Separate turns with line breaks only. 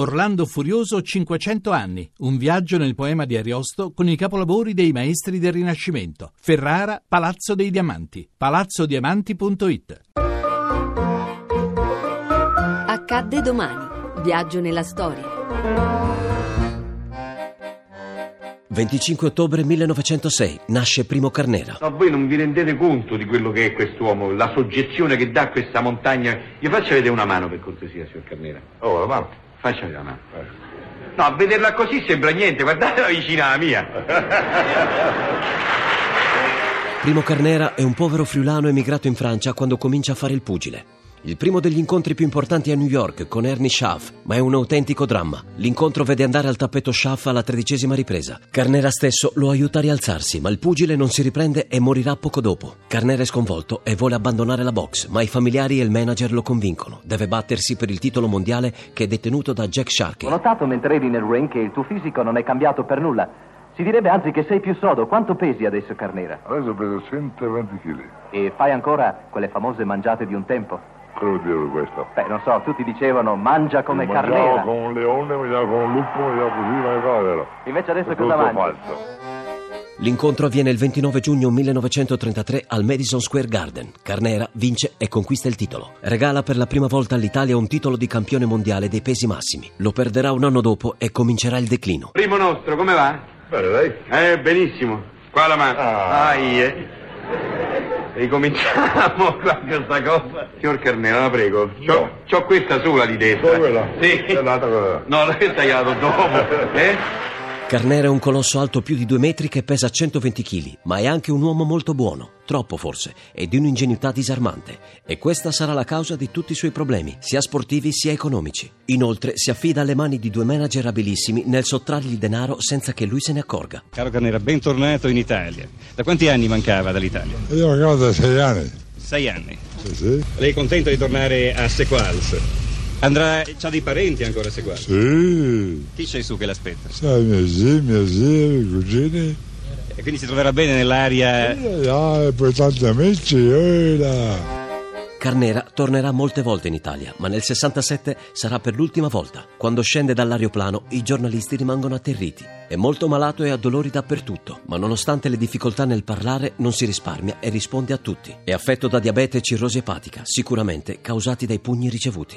Orlando Furioso 500 anni, un viaggio nel poema di Ariosto con i capolavori dei maestri del Rinascimento. Ferrara, Palazzo dei Diamanti, palazzodiamanti.it.
Accadde domani. Viaggio nella storia.
25 ottobre 1906 nasce Primo Carnera.
Ma voi non vi rendete conto di quello che è quest'uomo, la soggezione che dà a questa montagna. Gli faccia vedere una mano per cortesia, signor Carnera.
Oh, la mano.
Faccia vedere una mano. No, a vederla così sembra niente, guardatela vicina alla mia.
Primo Carnera è un povero friulano emigrato in Francia quando comincia a fare il pugile. Il primo degli incontri più importanti è a New York con Ernie Schaff, ma è un autentico dramma. L'incontro vede andare al tappeto Schaff alla tredicesima ripresa. Carnera stesso lo aiuta a rialzarsi, ma il pugile non si riprende e morirà poco dopo. Carnera è sconvolto e vuole abbandonare la box, ma i familiari e il manager lo convincono. Deve battersi per il titolo mondiale che è detenuto da Jack
Ho
Sharkey.
notato mentre eri nel ring che il tuo fisico non è cambiato per nulla. Si direbbe anzi che sei più sodo. Quanto pesi adesso, Carnera?
Adesso peso 120 kg.
E fai ancora quelle famose mangiate di un tempo?
Cosa vuol dire questo?
Beh, non so, tutti dicevano mangia come
mangiavo
Carnera.
con un leone, mangiavo con un lupo, mangiavo così, ma non è vero.
Invece adesso
È
cosa
tutto
mangi?
falso.
L'incontro avviene il 29 giugno 1933 al Madison Square Garden. Carnera vince e conquista il titolo. Regala per la prima volta all'Italia un titolo di campione mondiale dei pesi massimi. Lo perderà un anno dopo e comincerà il declino.
Primo nostro, come va?
Bene, dai.
Eh, benissimo. Qua la mano.
Ah.
Ahi, eh. Ricominciamo qua questa cosa. Signor Carnera, la prego. C'ho,
No.
c'ho questa sola di testa.
Solo quella?
Sì.
E l'altra cosa?
No, questa gliela do dopo. Eh?
Carnera è un colosso alto più di due metri che pesa 120 kg, ma è anche un uomo molto buono, troppo forse, e di un'ingenuità disarmante. E questa sarà la causa di tutti i suoi problemi, sia sportivi sia economici. Inoltre si affida alle mani di due manager abilissimi nel sottrargli il denaro senza che lui se ne accorga.
Caro Carnera, bentornato in Italia. Da quanti anni mancava dall'Italia?
Io mancavo da sei anni.
Sei anni.
Sì, sì.
Lei è contento di tornare a Sequals? Andrà, c'ha dei parenti ancora a Sequals?
Sì.
Chi c'è su che l'aspetta?
Sai, mia zia, mia zia, i cugini.
E quindi si troverà bene nell'aria...
Eh, Ah, e poi tanti amici, eh, là.
Carnera tornerà molte volte in Italia, ma nel 67 sarà per l'ultima volta. Quando scende dall'aeroplano, i giornalisti rimangono atterriti. È molto malato e ha dolori dappertutto, ma nonostante le difficoltà nel parlare, non si risparmia e risponde a tutti. È affetto da diabete e cirrosi epatica, sicuramente causati dai pugni ricevuti.